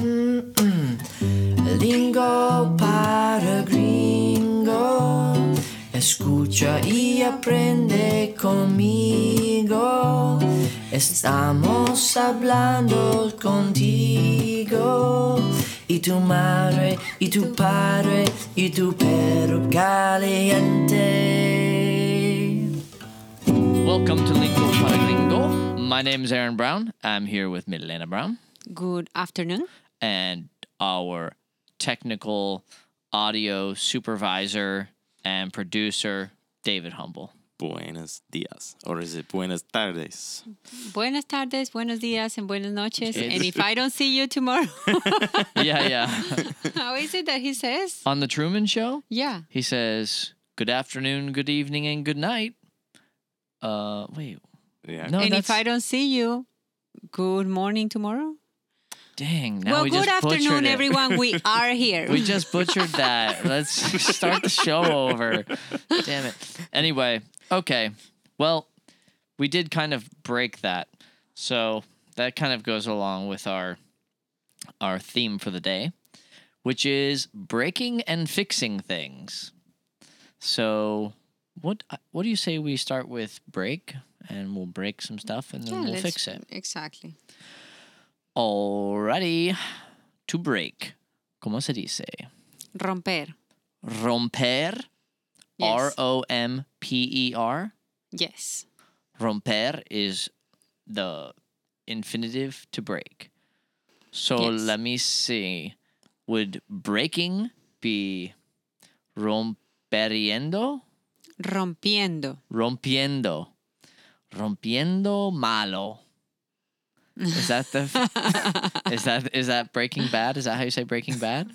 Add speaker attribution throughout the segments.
Speaker 1: Mm, mm. Lingo para gringo, escucha y aprende conmigo. Estamos hablando contigo y tu madre y tu padre y tu perro caliente.
Speaker 2: Welcome to Lingo para Gringo. My name is Aaron Brown. I'm here with Milena Brown
Speaker 3: Good afternoon.
Speaker 2: and our technical audio supervisor and producer, David Humble.
Speaker 4: Buenos dias. Or is it buenas tardes?
Speaker 3: Buenas tardes, buenos días, and buenas noches. And if I don't see you tomorrow,
Speaker 2: Yeah, yeah.
Speaker 3: how is it that he says?
Speaker 2: On The Truman Show,
Speaker 3: Yeah.
Speaker 2: he says, Good afternoon, good evening, and good night. Uh, wait.
Speaker 4: Yeah.
Speaker 2: No,
Speaker 3: and
Speaker 2: that's,
Speaker 3: if I don't see you, good morning tomorrow.
Speaker 2: dang. Now
Speaker 3: well,
Speaker 2: we
Speaker 3: good
Speaker 2: just butchered
Speaker 3: afternoon,
Speaker 2: it.
Speaker 3: everyone. We are here.
Speaker 2: We just butchered that. Let's start the show over. Damn it. Anyway, okay. Well, we did kind of break that. So that kind of goes along with our our theme for the day, which is breaking and fixing things. So what what do you say we start with break and we'll break some stuff and then
Speaker 3: Yeah,
Speaker 2: we'll
Speaker 3: let's-
Speaker 2: fix it.
Speaker 3: Exactly.
Speaker 2: Alrighty. To break. ¿Cómo se dice?
Speaker 3: Romper.
Speaker 2: Romper.
Speaker 3: Yes.
Speaker 2: R O M P E R.
Speaker 3: Yes.
Speaker 2: Romper is the infinitive to break. So
Speaker 3: Yes.
Speaker 2: let me see. Would breaking be romperiendo?
Speaker 3: Rompiendo.
Speaker 2: Rompiendo. Rompiendo malo. Is that the is that is that breaking bad? Is that how you say breaking bad?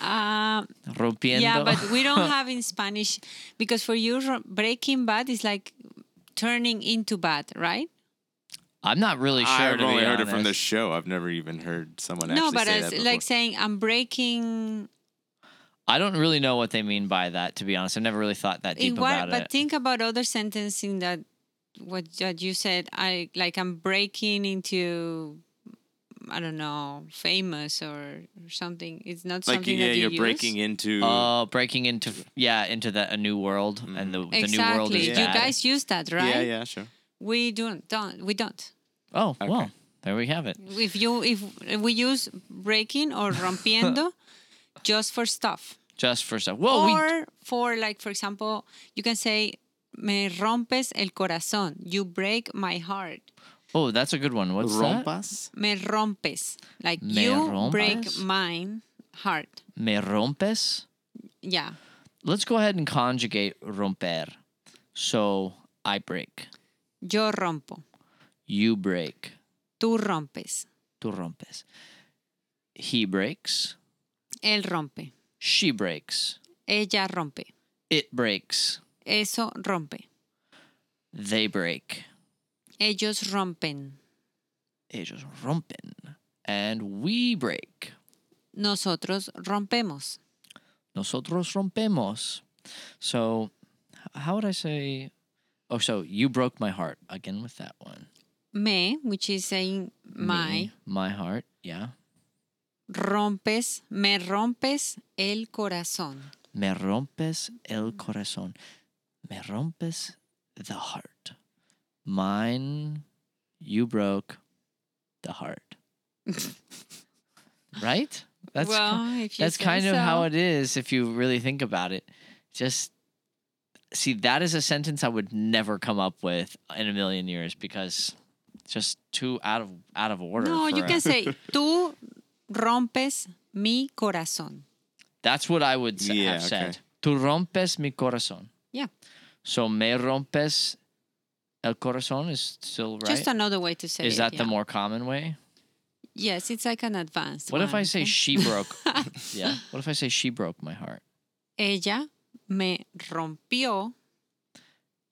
Speaker 3: Um,
Speaker 2: Rompiendo.
Speaker 3: Yeah, but we don't have in Spanish because for you ro- breaking bad is like turning into bad, right?
Speaker 2: I'm not really sure.
Speaker 4: I've
Speaker 2: to be
Speaker 4: only heard it from the
Speaker 2: honest.
Speaker 4: show. I've never even heard someone
Speaker 3: no,
Speaker 4: actually
Speaker 3: but
Speaker 4: say
Speaker 3: as
Speaker 4: that
Speaker 3: like
Speaker 4: before.
Speaker 3: saying I'm breaking
Speaker 2: I don't really know what they mean by that, to be honest. I've never really thought that deep
Speaker 3: in what,
Speaker 2: about
Speaker 3: but
Speaker 2: it.
Speaker 3: think about other sentencing that what that you said. I like I'm breaking into I don't know famous or something. It's not
Speaker 4: Like,
Speaker 3: something
Speaker 4: yeah,
Speaker 3: that you
Speaker 4: you're
Speaker 3: use.
Speaker 4: breaking into.
Speaker 2: Oh, breaking into yeah into the a new world and the,
Speaker 3: Exactly.
Speaker 2: the new world is
Speaker 3: you
Speaker 2: bad.
Speaker 3: guys use that, right?
Speaker 4: Yeah, yeah, sure.
Speaker 3: We don't, don't. We don't.
Speaker 2: oh well, there we have it.
Speaker 3: if you if we use breaking or rompiendo just for stuff
Speaker 2: Just for stuff. Well, Oh, we
Speaker 3: or for like for example you can say me rompes el corazón you break my heart
Speaker 2: oh that's a good one. What's that?
Speaker 4: Rompas?
Speaker 3: me rompes like
Speaker 2: Me
Speaker 3: you
Speaker 2: rompes?
Speaker 3: break mine heart
Speaker 2: Me rompes.
Speaker 3: yeah
Speaker 2: Let's go ahead and conjugate romper. So I break,
Speaker 3: yo rompo
Speaker 2: you break,
Speaker 3: tú rompes
Speaker 2: tú rompes. He breaks,
Speaker 3: él rompe
Speaker 2: she breaks,
Speaker 3: ella rompe
Speaker 2: it breaks,
Speaker 3: eso rompe
Speaker 2: they break.
Speaker 3: ellos rompen
Speaker 2: Ellos rompen, and we break.
Speaker 3: nosotros rompemos
Speaker 2: Nosotros rompemos. So, h- how would I say? Oh, so you broke my heart again with that one.
Speaker 3: me which is saying my
Speaker 2: Me, my heart. Yeah.
Speaker 3: rompes, me rompes el corazón.
Speaker 2: Me rompes el corazón. Me rompes the heart. Mine. You broke the heart. right. That's ki-
Speaker 3: if
Speaker 2: that's kind of how it is if you really think about it. Just see that is a sentence I would never come up with in a million years because it's just too out of out of order.
Speaker 3: No,
Speaker 2: for
Speaker 3: you
Speaker 2: a-
Speaker 3: can say tú rompes mi corazón.
Speaker 2: That's what I would say,
Speaker 4: Yeah,
Speaker 2: have
Speaker 4: okay.
Speaker 2: said. Tu rompes mi corazón.
Speaker 3: Yeah.
Speaker 2: So me rompes el corazón is still right.
Speaker 3: Just another way to say
Speaker 2: is
Speaker 3: it,
Speaker 2: that the
Speaker 3: yeah.
Speaker 2: more common way?
Speaker 3: Yes, it's like an advanced.
Speaker 2: What if I
Speaker 3: one,
Speaker 2: say
Speaker 3: okay?
Speaker 2: she broke? yeah. What if I say she broke my heart?
Speaker 3: ella me rompió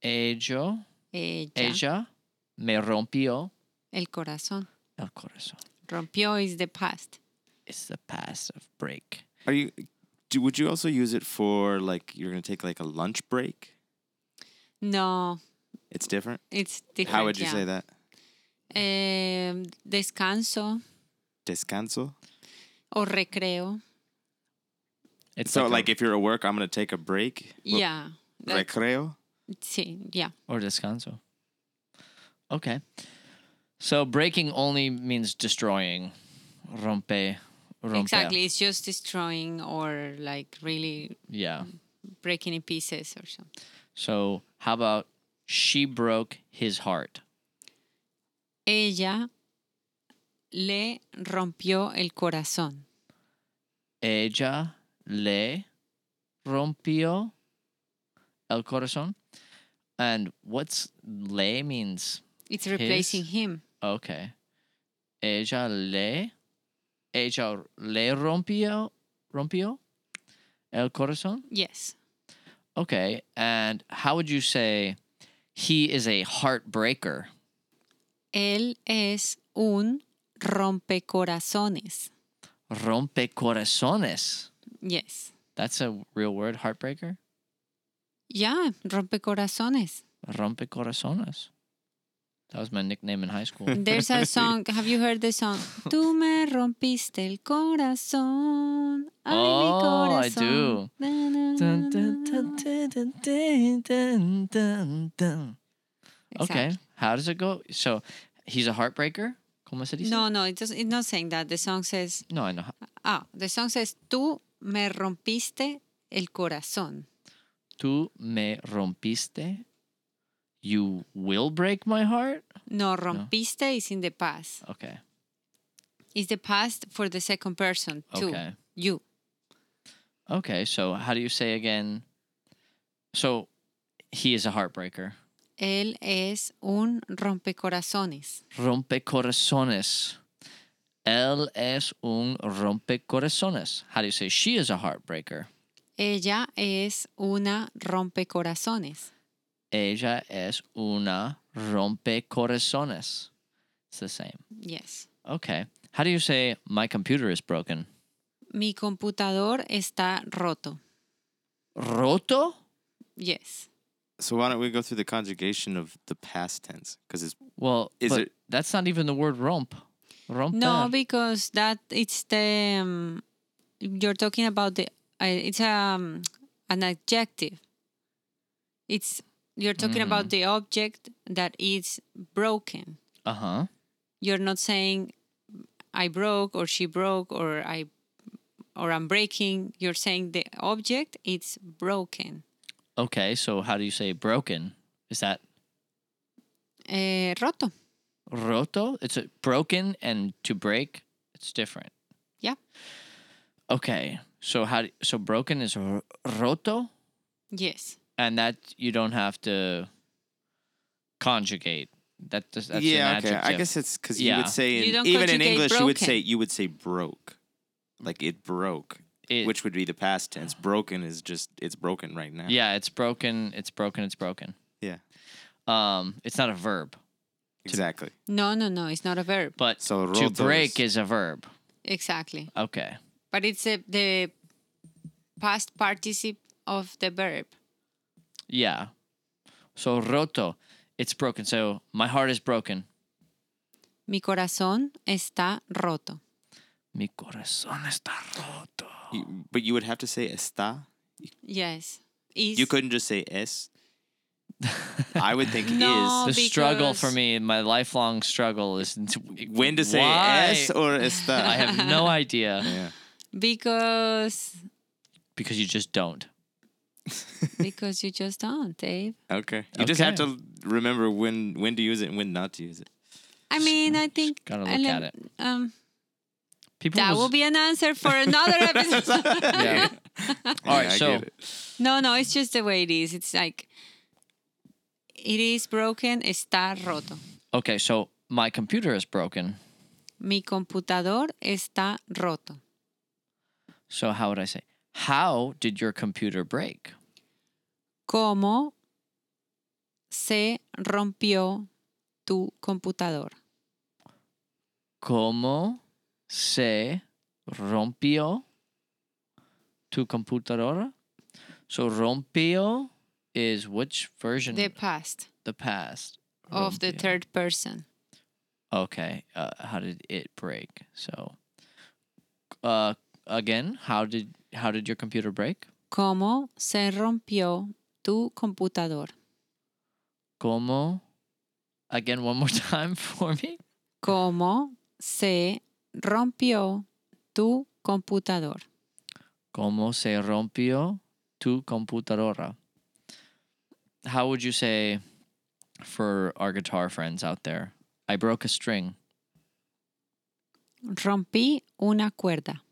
Speaker 2: Ello,
Speaker 3: ella,
Speaker 2: ella me rompió
Speaker 3: el corazón.
Speaker 2: el corazón.
Speaker 3: Rompió is the past.
Speaker 2: it's the passive break.
Speaker 4: Are you? Do, would you also use it for like you're gonna take like a lunch break?
Speaker 3: No,
Speaker 4: It's different.
Speaker 3: it's different.
Speaker 4: How would you say that?
Speaker 3: that? Um, descanso.
Speaker 4: Descanso.
Speaker 3: O recreo.
Speaker 2: It's
Speaker 4: so,
Speaker 2: a-
Speaker 4: like, if you're at work, I'm gonna take a break. Well,
Speaker 3: yeah. Like,
Speaker 4: Recreo.
Speaker 3: sí, yeah.
Speaker 2: or descanso. Okay. So breaking only means destroying. Rompe. Romper.
Speaker 3: Exactly. It's just destroying or like really
Speaker 2: Yeah.
Speaker 3: breaking in pieces or something.
Speaker 2: So how about she broke his heart?
Speaker 3: Ella le rompió el corazón.
Speaker 2: Ella le rompió el corazón. And what's le means?
Speaker 3: It's replacing him.
Speaker 2: Okay. Ella le. Ella le rompió. Rompió el corazón.
Speaker 3: Yes.
Speaker 2: Okay. And how would you say he is a heartbreaker?
Speaker 3: Él es un rompecorazones.
Speaker 2: Rompe corazones.
Speaker 3: Yes.
Speaker 2: That's a real word, heartbreaker?
Speaker 3: Yeah, rompecorazones.
Speaker 2: Rompe corazones. That was my nickname in high school.
Speaker 3: There's a song. Have you heard the song? Tú me rompiste el corazón. Ay, mi
Speaker 2: Oh, I
Speaker 3: corazón.
Speaker 2: do.
Speaker 3: Na, na,
Speaker 2: Dun,
Speaker 3: na,
Speaker 2: dun,
Speaker 3: na,
Speaker 2: dun,
Speaker 3: na.
Speaker 2: dun, dun, dun, dun, dun, dun. Okay.
Speaker 3: Exactly.
Speaker 2: How does it go? So he's a heartbreaker? ¿Cómo se dice?
Speaker 3: No, no, it doesn't, it's not saying that. The song says,
Speaker 2: No, I know.
Speaker 3: ah, the song says, tú me rompiste el corazón.
Speaker 2: Tú me rompiste. You will break my heart?
Speaker 3: No, rompiste is in the past.
Speaker 2: Okay.
Speaker 3: It's the past for the second person, too.
Speaker 2: Okay.
Speaker 3: You.
Speaker 2: Okay. So how do you say again? So he is a heartbreaker.
Speaker 3: Él es un rompecorazones.
Speaker 2: rompecorazones. Él es un rompecorazones. How do you say she is a heartbreaker?
Speaker 3: Ella es una rompecorazones.
Speaker 2: Ella es una rompecorazones. It's the same.
Speaker 3: Yes.
Speaker 2: Okay. How do you say my computer is broken?
Speaker 3: Mi computador está roto.
Speaker 2: Roto?
Speaker 3: Yes.
Speaker 4: So why don't we go through the conjugation of the past tense? Because it's
Speaker 2: Well,
Speaker 4: Is
Speaker 2: but
Speaker 4: it-
Speaker 2: that's not even the word romp. Romper.
Speaker 3: No, because that it's the um, you're talking about the uh, it's um, an adjective. It's you're talking about the object that is broken.
Speaker 2: uh huh.
Speaker 3: You're not saying I broke or she broke or I or I'm breaking. You're saying the object it's broken.
Speaker 2: Okay. So how do you say broken? Is that
Speaker 3: Eh, roto.
Speaker 2: roto. It's a broken and to break. It's different.
Speaker 3: Yeah.
Speaker 2: Okay. So how? do- So broken is r- roto,
Speaker 3: Yes.
Speaker 2: and that you don't have to conjugate. That does, that's
Speaker 4: yeah,
Speaker 2: an
Speaker 4: okay.
Speaker 2: adjective.
Speaker 4: I guess it's because you
Speaker 2: Yeah.
Speaker 4: would say
Speaker 3: You
Speaker 4: in,
Speaker 3: don't
Speaker 4: even in
Speaker 3: conjugate
Speaker 4: English you would
Speaker 3: broken.
Speaker 4: say you would say broke, like it broke,
Speaker 2: It-
Speaker 4: which would be the past tense. Broken is just it's broken right now.
Speaker 2: Yeah, it's broken. It's broken. It's broken.
Speaker 4: yeah,
Speaker 2: Um, it's not a verb,
Speaker 4: exactly.
Speaker 3: No, no, no. It's not a verb.
Speaker 2: but
Speaker 4: So
Speaker 2: to
Speaker 4: roto
Speaker 2: break
Speaker 4: is-
Speaker 2: is a verb.
Speaker 3: Exactly.
Speaker 2: Okay.
Speaker 3: but it's a, the past participle of the verb.
Speaker 2: Yeah. So roto, it's broken. So my heart is broken.
Speaker 3: Mi corazón está roto.
Speaker 2: Mi corazón está roto.
Speaker 4: You- but you would have to say está.
Speaker 3: Yes. Is
Speaker 4: You couldn't just say es. I would think
Speaker 3: No,
Speaker 2: the
Speaker 4: is.
Speaker 2: struggle for
Speaker 3: Oh,
Speaker 2: me,
Speaker 3: because-
Speaker 2: my lifelong struggle is to-
Speaker 4: When to say
Speaker 2: why?
Speaker 4: es or está?
Speaker 2: I have no idea
Speaker 4: Yeah.
Speaker 3: because
Speaker 2: because you just don't.
Speaker 3: because you just don't, Dave.
Speaker 4: Okay. You just have
Speaker 2: Okay.
Speaker 4: to remember when when to use it and when not to use it.
Speaker 3: I mean, I think
Speaker 2: gotta look
Speaker 3: I
Speaker 2: at
Speaker 3: like-
Speaker 2: it.
Speaker 3: Um,
Speaker 2: People
Speaker 3: that
Speaker 2: was-
Speaker 3: will be an answer for another episode.
Speaker 2: yeah. All right,
Speaker 4: Yeah, I
Speaker 2: so
Speaker 4: get it.
Speaker 3: no, no, it's just the way it is. It's like it is broken. Está roto.
Speaker 2: okay, so my computer is broken.
Speaker 3: Mi computador está roto.
Speaker 2: So how would I say? How did your computer break?
Speaker 3: ¿Cómo se rompió tu computador?
Speaker 2: ¿Cómo se rompió tu computadora? So rompió is which version?
Speaker 3: The past
Speaker 2: the past
Speaker 3: of the
Speaker 2: Rompió.
Speaker 3: third person.
Speaker 2: Okay. Uh, how did it break? So, uh, again, how did how did your computer break?
Speaker 3: ¿Cómo se rompió tu computador?
Speaker 2: Como again one more time for me.
Speaker 3: ¿Cómo se rompió tu computador?
Speaker 2: Como se rompió tu computadora? How would you say for our guitar friends out there? I broke a string.
Speaker 3: Rompí una cuerda.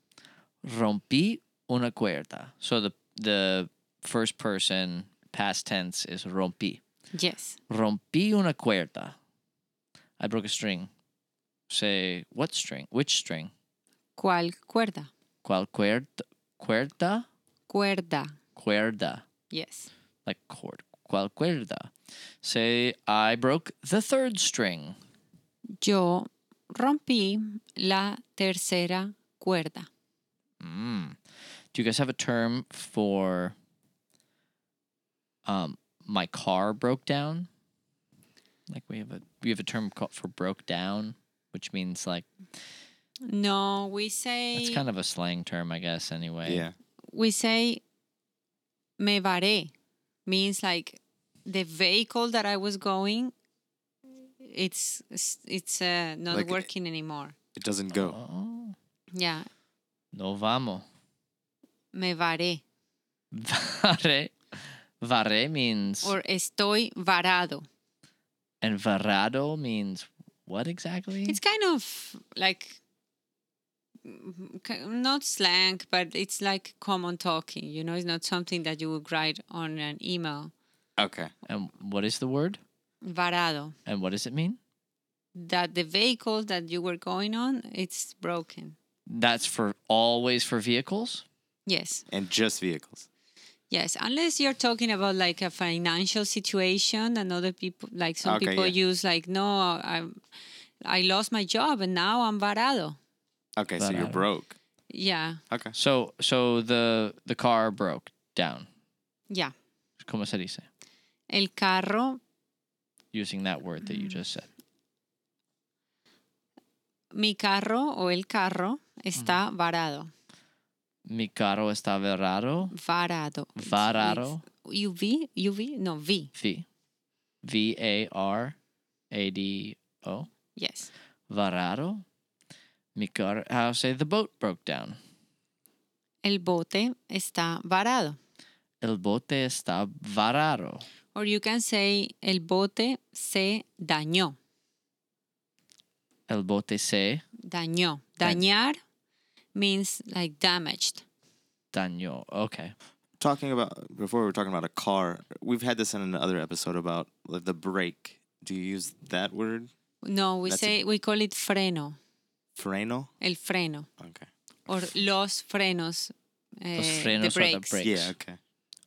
Speaker 2: rompí una cuerda. So the the first person past tense is rompí.
Speaker 3: Yes.
Speaker 2: Rompí una cuerda. I broke a string. Say what string? Which string?
Speaker 3: ¿Cuál cuerda?
Speaker 2: ¿Cuál cuerda? Cuerda?
Speaker 3: Cuerda.
Speaker 2: Cuerda.
Speaker 3: Yes.
Speaker 2: Like cord. ¿Cuál cuerda? Say I broke the third string.
Speaker 3: Yo rompí la tercera cuerda.
Speaker 2: Mm. Do you guys have a term for um my car broke down? Like we have a we have a term called for broke down, which means like
Speaker 3: No, we say
Speaker 2: it's kind of a slang term, I guess. Anyway,
Speaker 4: Yeah.
Speaker 3: we say me varé means like the vehicle that I was going it's it's uh, not
Speaker 4: Like, eh,
Speaker 3: working anymore.
Speaker 4: It doesn't go.
Speaker 2: Oh,
Speaker 3: Yeah,
Speaker 2: no vamos.
Speaker 3: me varé
Speaker 2: Vare, vare means
Speaker 3: or estoy varado.
Speaker 2: and varado means what exactly?
Speaker 3: It's kind of like mm, ki- not slang, but it's like common talking. You know, it's not something that you would write on an email.
Speaker 2: Oh.
Speaker 4: Okay.
Speaker 2: and what is the word?
Speaker 3: Varado.
Speaker 2: And what does it mean?
Speaker 3: That the vehicle that you were going on, it's broken.
Speaker 2: That's for always for vehicles.
Speaker 3: Yes.
Speaker 4: And just vehicles.
Speaker 3: Yes, unless you're talking about like a financial situation, and other people, like some
Speaker 4: Okay,
Speaker 3: people
Speaker 4: yeah.
Speaker 3: use, like, no, I, I lost my job and now I'm varado.
Speaker 4: Okay, so you're
Speaker 2: Varado.
Speaker 4: broke.
Speaker 3: Yeah,
Speaker 4: Okay.
Speaker 2: So so the the car broke down.
Speaker 3: yeah.
Speaker 2: Como se dice?
Speaker 3: El carro,
Speaker 2: Using that word that you just said.
Speaker 3: mi carro o el carro está varado.
Speaker 2: Mi carro está varado.
Speaker 3: Varado. It's-
Speaker 2: Varado.
Speaker 3: it's- UV? UV? No, V.
Speaker 2: V. V A R A D O.
Speaker 3: Yes.
Speaker 2: Varado. Mi carro. How say the boat broke down.
Speaker 3: El bote está varado.
Speaker 2: El bote está varado.
Speaker 3: Or you can say, el bote se dañó.
Speaker 2: El bote se
Speaker 3: Dañó.
Speaker 2: Da-
Speaker 3: Dañar means like damaged.
Speaker 2: dañó. Okay.
Speaker 4: Talking about before we were talking about a car. We've had this in another episode about like, the brake. Do you use that word?
Speaker 3: No, we
Speaker 4: That's
Speaker 3: say we call it freno,
Speaker 4: Freno?
Speaker 3: el freno,
Speaker 4: Okay.
Speaker 3: or los frenos, eh,
Speaker 2: Los frenos
Speaker 3: the
Speaker 2: or the
Speaker 3: brakes.
Speaker 2: brakes.
Speaker 4: Yeah, okay.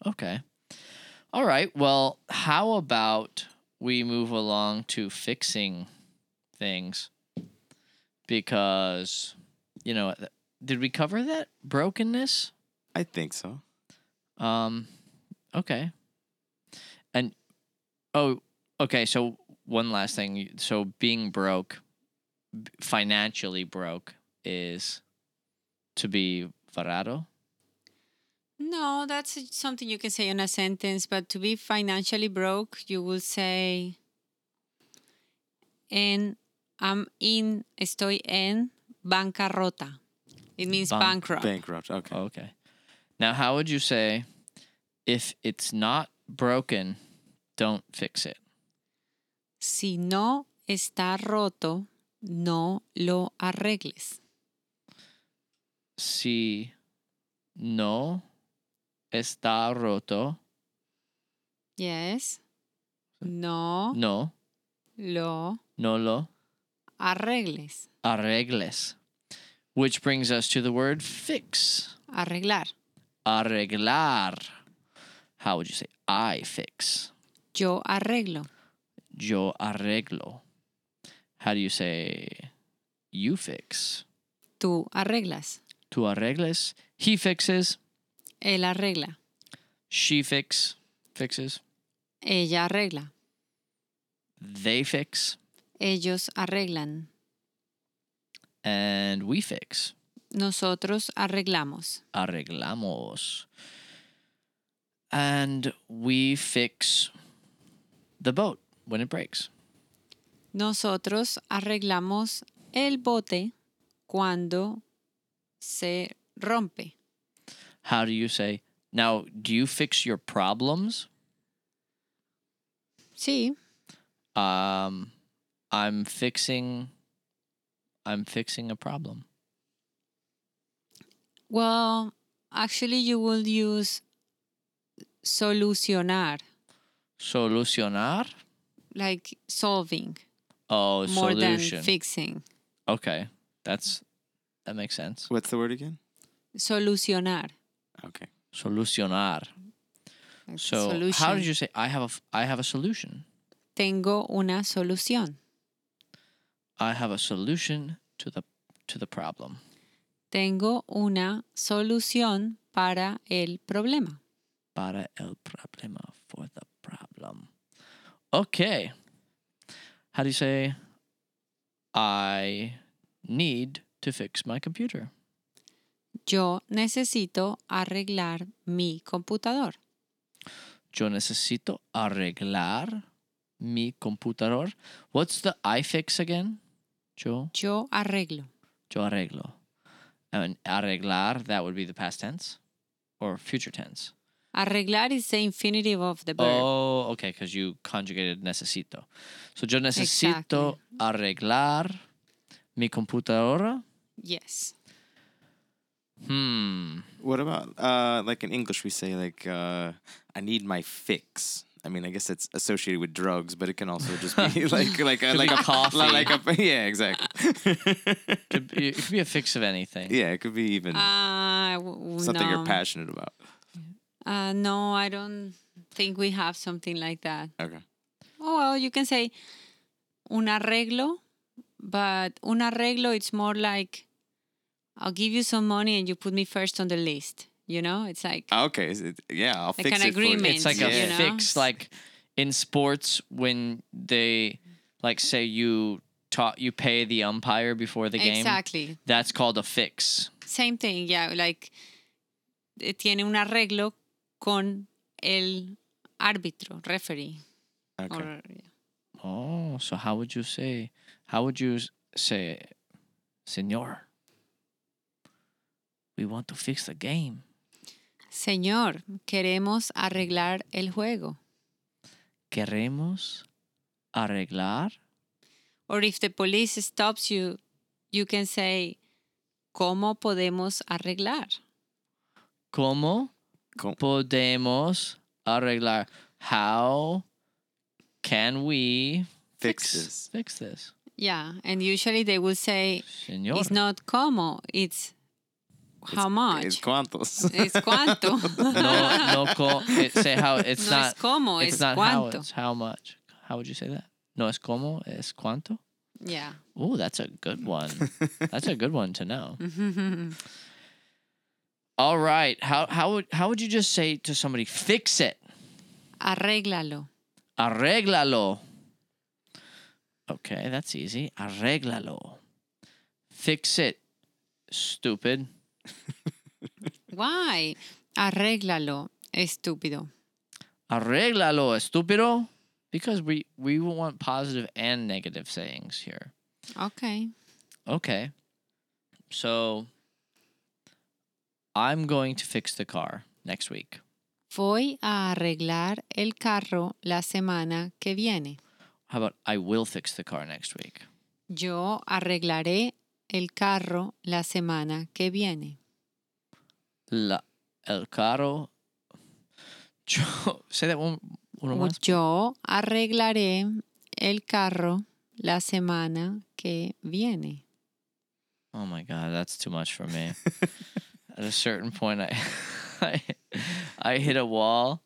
Speaker 2: Okay. All right. Well, how about we move along to fixing things? Because, you know, th- did we cover that brokenness?
Speaker 4: I think so.
Speaker 2: Um, okay. And, oh, okay. So, one last thing. So, being broke, b- financially broke, is to be varado.
Speaker 3: No, that's something you can say in a sentence, but to be financially broke, you will say, en, I'm in, estoy en bancarrota. It means
Speaker 2: Ban-
Speaker 3: bankrupt.
Speaker 4: Bankrupt. Okay.
Speaker 2: Oh, Okay. Now, how would you say if it's not broken, don't fix it?
Speaker 3: Si no está roto, no lo arregles.
Speaker 2: Si no está roto,
Speaker 3: Yes. No
Speaker 2: no,
Speaker 3: lo
Speaker 2: no lo
Speaker 3: arregles.
Speaker 2: arregles. Which brings us to the word fix.
Speaker 3: Arreglar.
Speaker 2: Arreglar. How would you say I fix?
Speaker 3: Yo arreglo.
Speaker 2: Yo arreglo. How do you say you fix?
Speaker 3: Tú arreglas.
Speaker 2: Tu arregles. He fixes.
Speaker 3: Él arregla.
Speaker 2: She fix fixes.
Speaker 3: Ella arregla.
Speaker 2: They fix
Speaker 3: Ellos arreglan.
Speaker 2: and we fix.
Speaker 3: Nosotros arreglamos.
Speaker 2: arreglamos. And we fix the boat when it breaks.
Speaker 3: Nosotros arreglamos el bote cuando se rompe.
Speaker 2: How do you say? Now, do you fix your problems?
Speaker 3: Sí,
Speaker 2: Um, I'm fixing. I'm fixing a problem.
Speaker 3: well, actually you will use solucionar,
Speaker 2: Solucionar.
Speaker 3: like solving,
Speaker 2: Oh,
Speaker 3: more
Speaker 2: solution.
Speaker 3: than fixing.
Speaker 2: okay, that's that makes sense.
Speaker 4: What's the word again?
Speaker 3: Solucionar.
Speaker 4: Okay.
Speaker 2: Solucionar.
Speaker 3: like
Speaker 2: So, how
Speaker 3: solution.
Speaker 2: did you say? I have a. f- I have a solution.
Speaker 3: Tengo una solución.
Speaker 2: I have a solution to the to the problem.
Speaker 3: Tengo una solución para el problema.
Speaker 2: para el problema for the problem. Okay. How do you say I need to fix my computer?
Speaker 3: Yo necesito arreglar mi computador.
Speaker 2: Yo necesito arreglar mi computador. What's the I fix again? Yo,
Speaker 3: Yo arreglo.
Speaker 2: yo arreglo. And arreglar, that would be the past tense or future tense.
Speaker 3: Arreglar is the infinitive of the verb.
Speaker 2: Oh, okay, because you conjugated necesito. So yo necesito arreglar mi computadora.
Speaker 3: Yes.
Speaker 2: Hmm.
Speaker 4: What about uh like in English we say like uh I need my fix. I mean, I guess it's associated with drugs, but it can also just be like like a,
Speaker 2: Could
Speaker 4: like
Speaker 2: be
Speaker 4: a
Speaker 2: coffee.
Speaker 4: like a yeah, exactly.
Speaker 2: Could be- It could be a fix of anything.
Speaker 4: Yeah, it could be even
Speaker 3: Uh, w- w-
Speaker 4: something
Speaker 3: no.
Speaker 4: you're passionate about.
Speaker 3: Uh, no, I don't think we have something like that.
Speaker 4: Okay.
Speaker 3: Oh, well, you can say un arreglo, but un arreglo, it's more like I'll give you some money and you put me first on the list. You know, it's like
Speaker 4: Okay. is it- yeah, I'll
Speaker 3: Like
Speaker 4: fix
Speaker 3: an
Speaker 4: it for you.
Speaker 3: agreement,
Speaker 2: It's like a
Speaker 3: you know?
Speaker 2: fix, like in sports when they, like, say you taught you pay the umpire before the game.
Speaker 3: exactly
Speaker 2: That's called a fix.
Speaker 3: same thing. Yeah, like eh, tiene un arreglo con el árbitro, referee.
Speaker 4: Okay.
Speaker 3: Or, yeah.
Speaker 2: Oh, so how would you say? How would you s- say, Senor? We want to fix the game.
Speaker 3: Señor, queremos arreglar el juego.
Speaker 2: Queremos arreglar
Speaker 3: Or if the police stops you, you can say, ¿Cómo podemos arreglar?
Speaker 2: ¿Cómo
Speaker 4: Com-
Speaker 2: podemos arreglar? How can we
Speaker 4: Fix
Speaker 2: fix
Speaker 4: this.
Speaker 2: Fix this,
Speaker 3: Yeah, and usually they will say,
Speaker 2: señor.
Speaker 3: it's not cómo, it's how much.
Speaker 4: It's
Speaker 3: It's,
Speaker 4: cuantos.
Speaker 3: cuánto.
Speaker 2: no, no, co- it, say how it's
Speaker 3: No
Speaker 2: not.
Speaker 3: es cómo,
Speaker 2: it's
Speaker 3: es
Speaker 2: not
Speaker 3: cuánto.
Speaker 2: how. It's how much. How would you say that? No es cómo. Es cuánto.
Speaker 3: Yeah.
Speaker 2: Oh, that's a good one. that's a good one to know. All right. How how would how would you just say to somebody, fix it,
Speaker 3: Arréglalo.
Speaker 2: arréglalo? Okay, that's easy. Arréglalo. Fix it, stupid.
Speaker 3: Why? Arréglalo, estúpido.
Speaker 2: Arréglalo, estúpido. Because we we want positive and negative sayings here.
Speaker 3: Okay.
Speaker 2: Okay. So I'm going to fix the car next week.
Speaker 3: Voy a arreglar el carro la semana que viene.
Speaker 2: How about I will fix the car next week?
Speaker 3: Yo arreglaré el carro la semana que viene.
Speaker 2: La el carro. Yo, say that one one more time.
Speaker 3: Yo arreglaré el carro la semana que viene.
Speaker 2: Oh my god, that's too much for me. At a certain point, I, I, I hit a wall,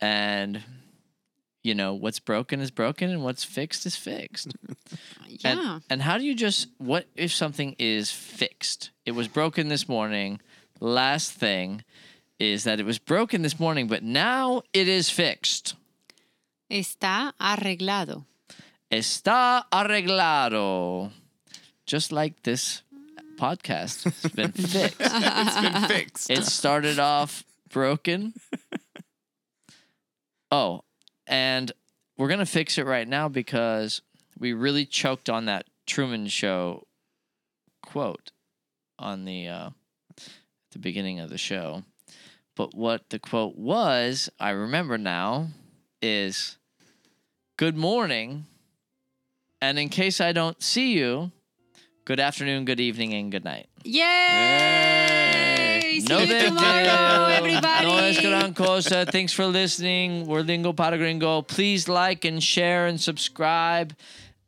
Speaker 2: and you know what's broken is broken, and what's fixed is fixed. And,
Speaker 3: Yeah.
Speaker 2: and how do you just what if something is fixed? It was broken this morning. Last thing is that it was broken this morning, but now it is fixed.
Speaker 3: Está arreglado.
Speaker 2: Está arreglado. Just like this podcast. It's been fixed.
Speaker 4: it's been fixed.
Speaker 2: It started off broken. Oh, and we're gonna fix it right now because we really choked on that Truman Show quote on the uh, the beginning of the show. But what the quote was, I remember now, is "Good morning," and in case I don't see you, "Good afternoon," "Good evening," and "Good night."
Speaker 3: Yay! See
Speaker 2: No
Speaker 3: you
Speaker 2: big
Speaker 3: tomorrow,
Speaker 2: deal.
Speaker 3: everybody.
Speaker 2: No es gran cosa. Thanks for listening. We're Lingo Para Gringo. Please like and share and subscribe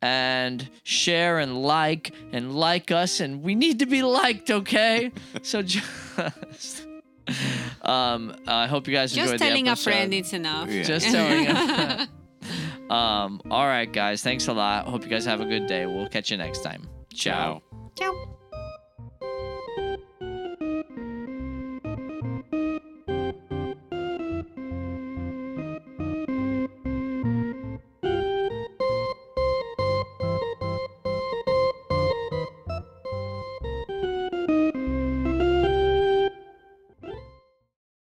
Speaker 2: and share and like and like us. And we need to be liked, okay? so just. Um, I hope you guys
Speaker 3: Just
Speaker 2: enjoyed
Speaker 3: telling
Speaker 2: the
Speaker 3: a
Speaker 2: episode.
Speaker 3: friend it's enough.
Speaker 4: Yeah.
Speaker 2: Just telling a friend. um, all right, guys. Thanks a lot. Hope you guys have a good day. We'll catch you next time. Ciao.
Speaker 4: Ciao.
Speaker 3: Ciao.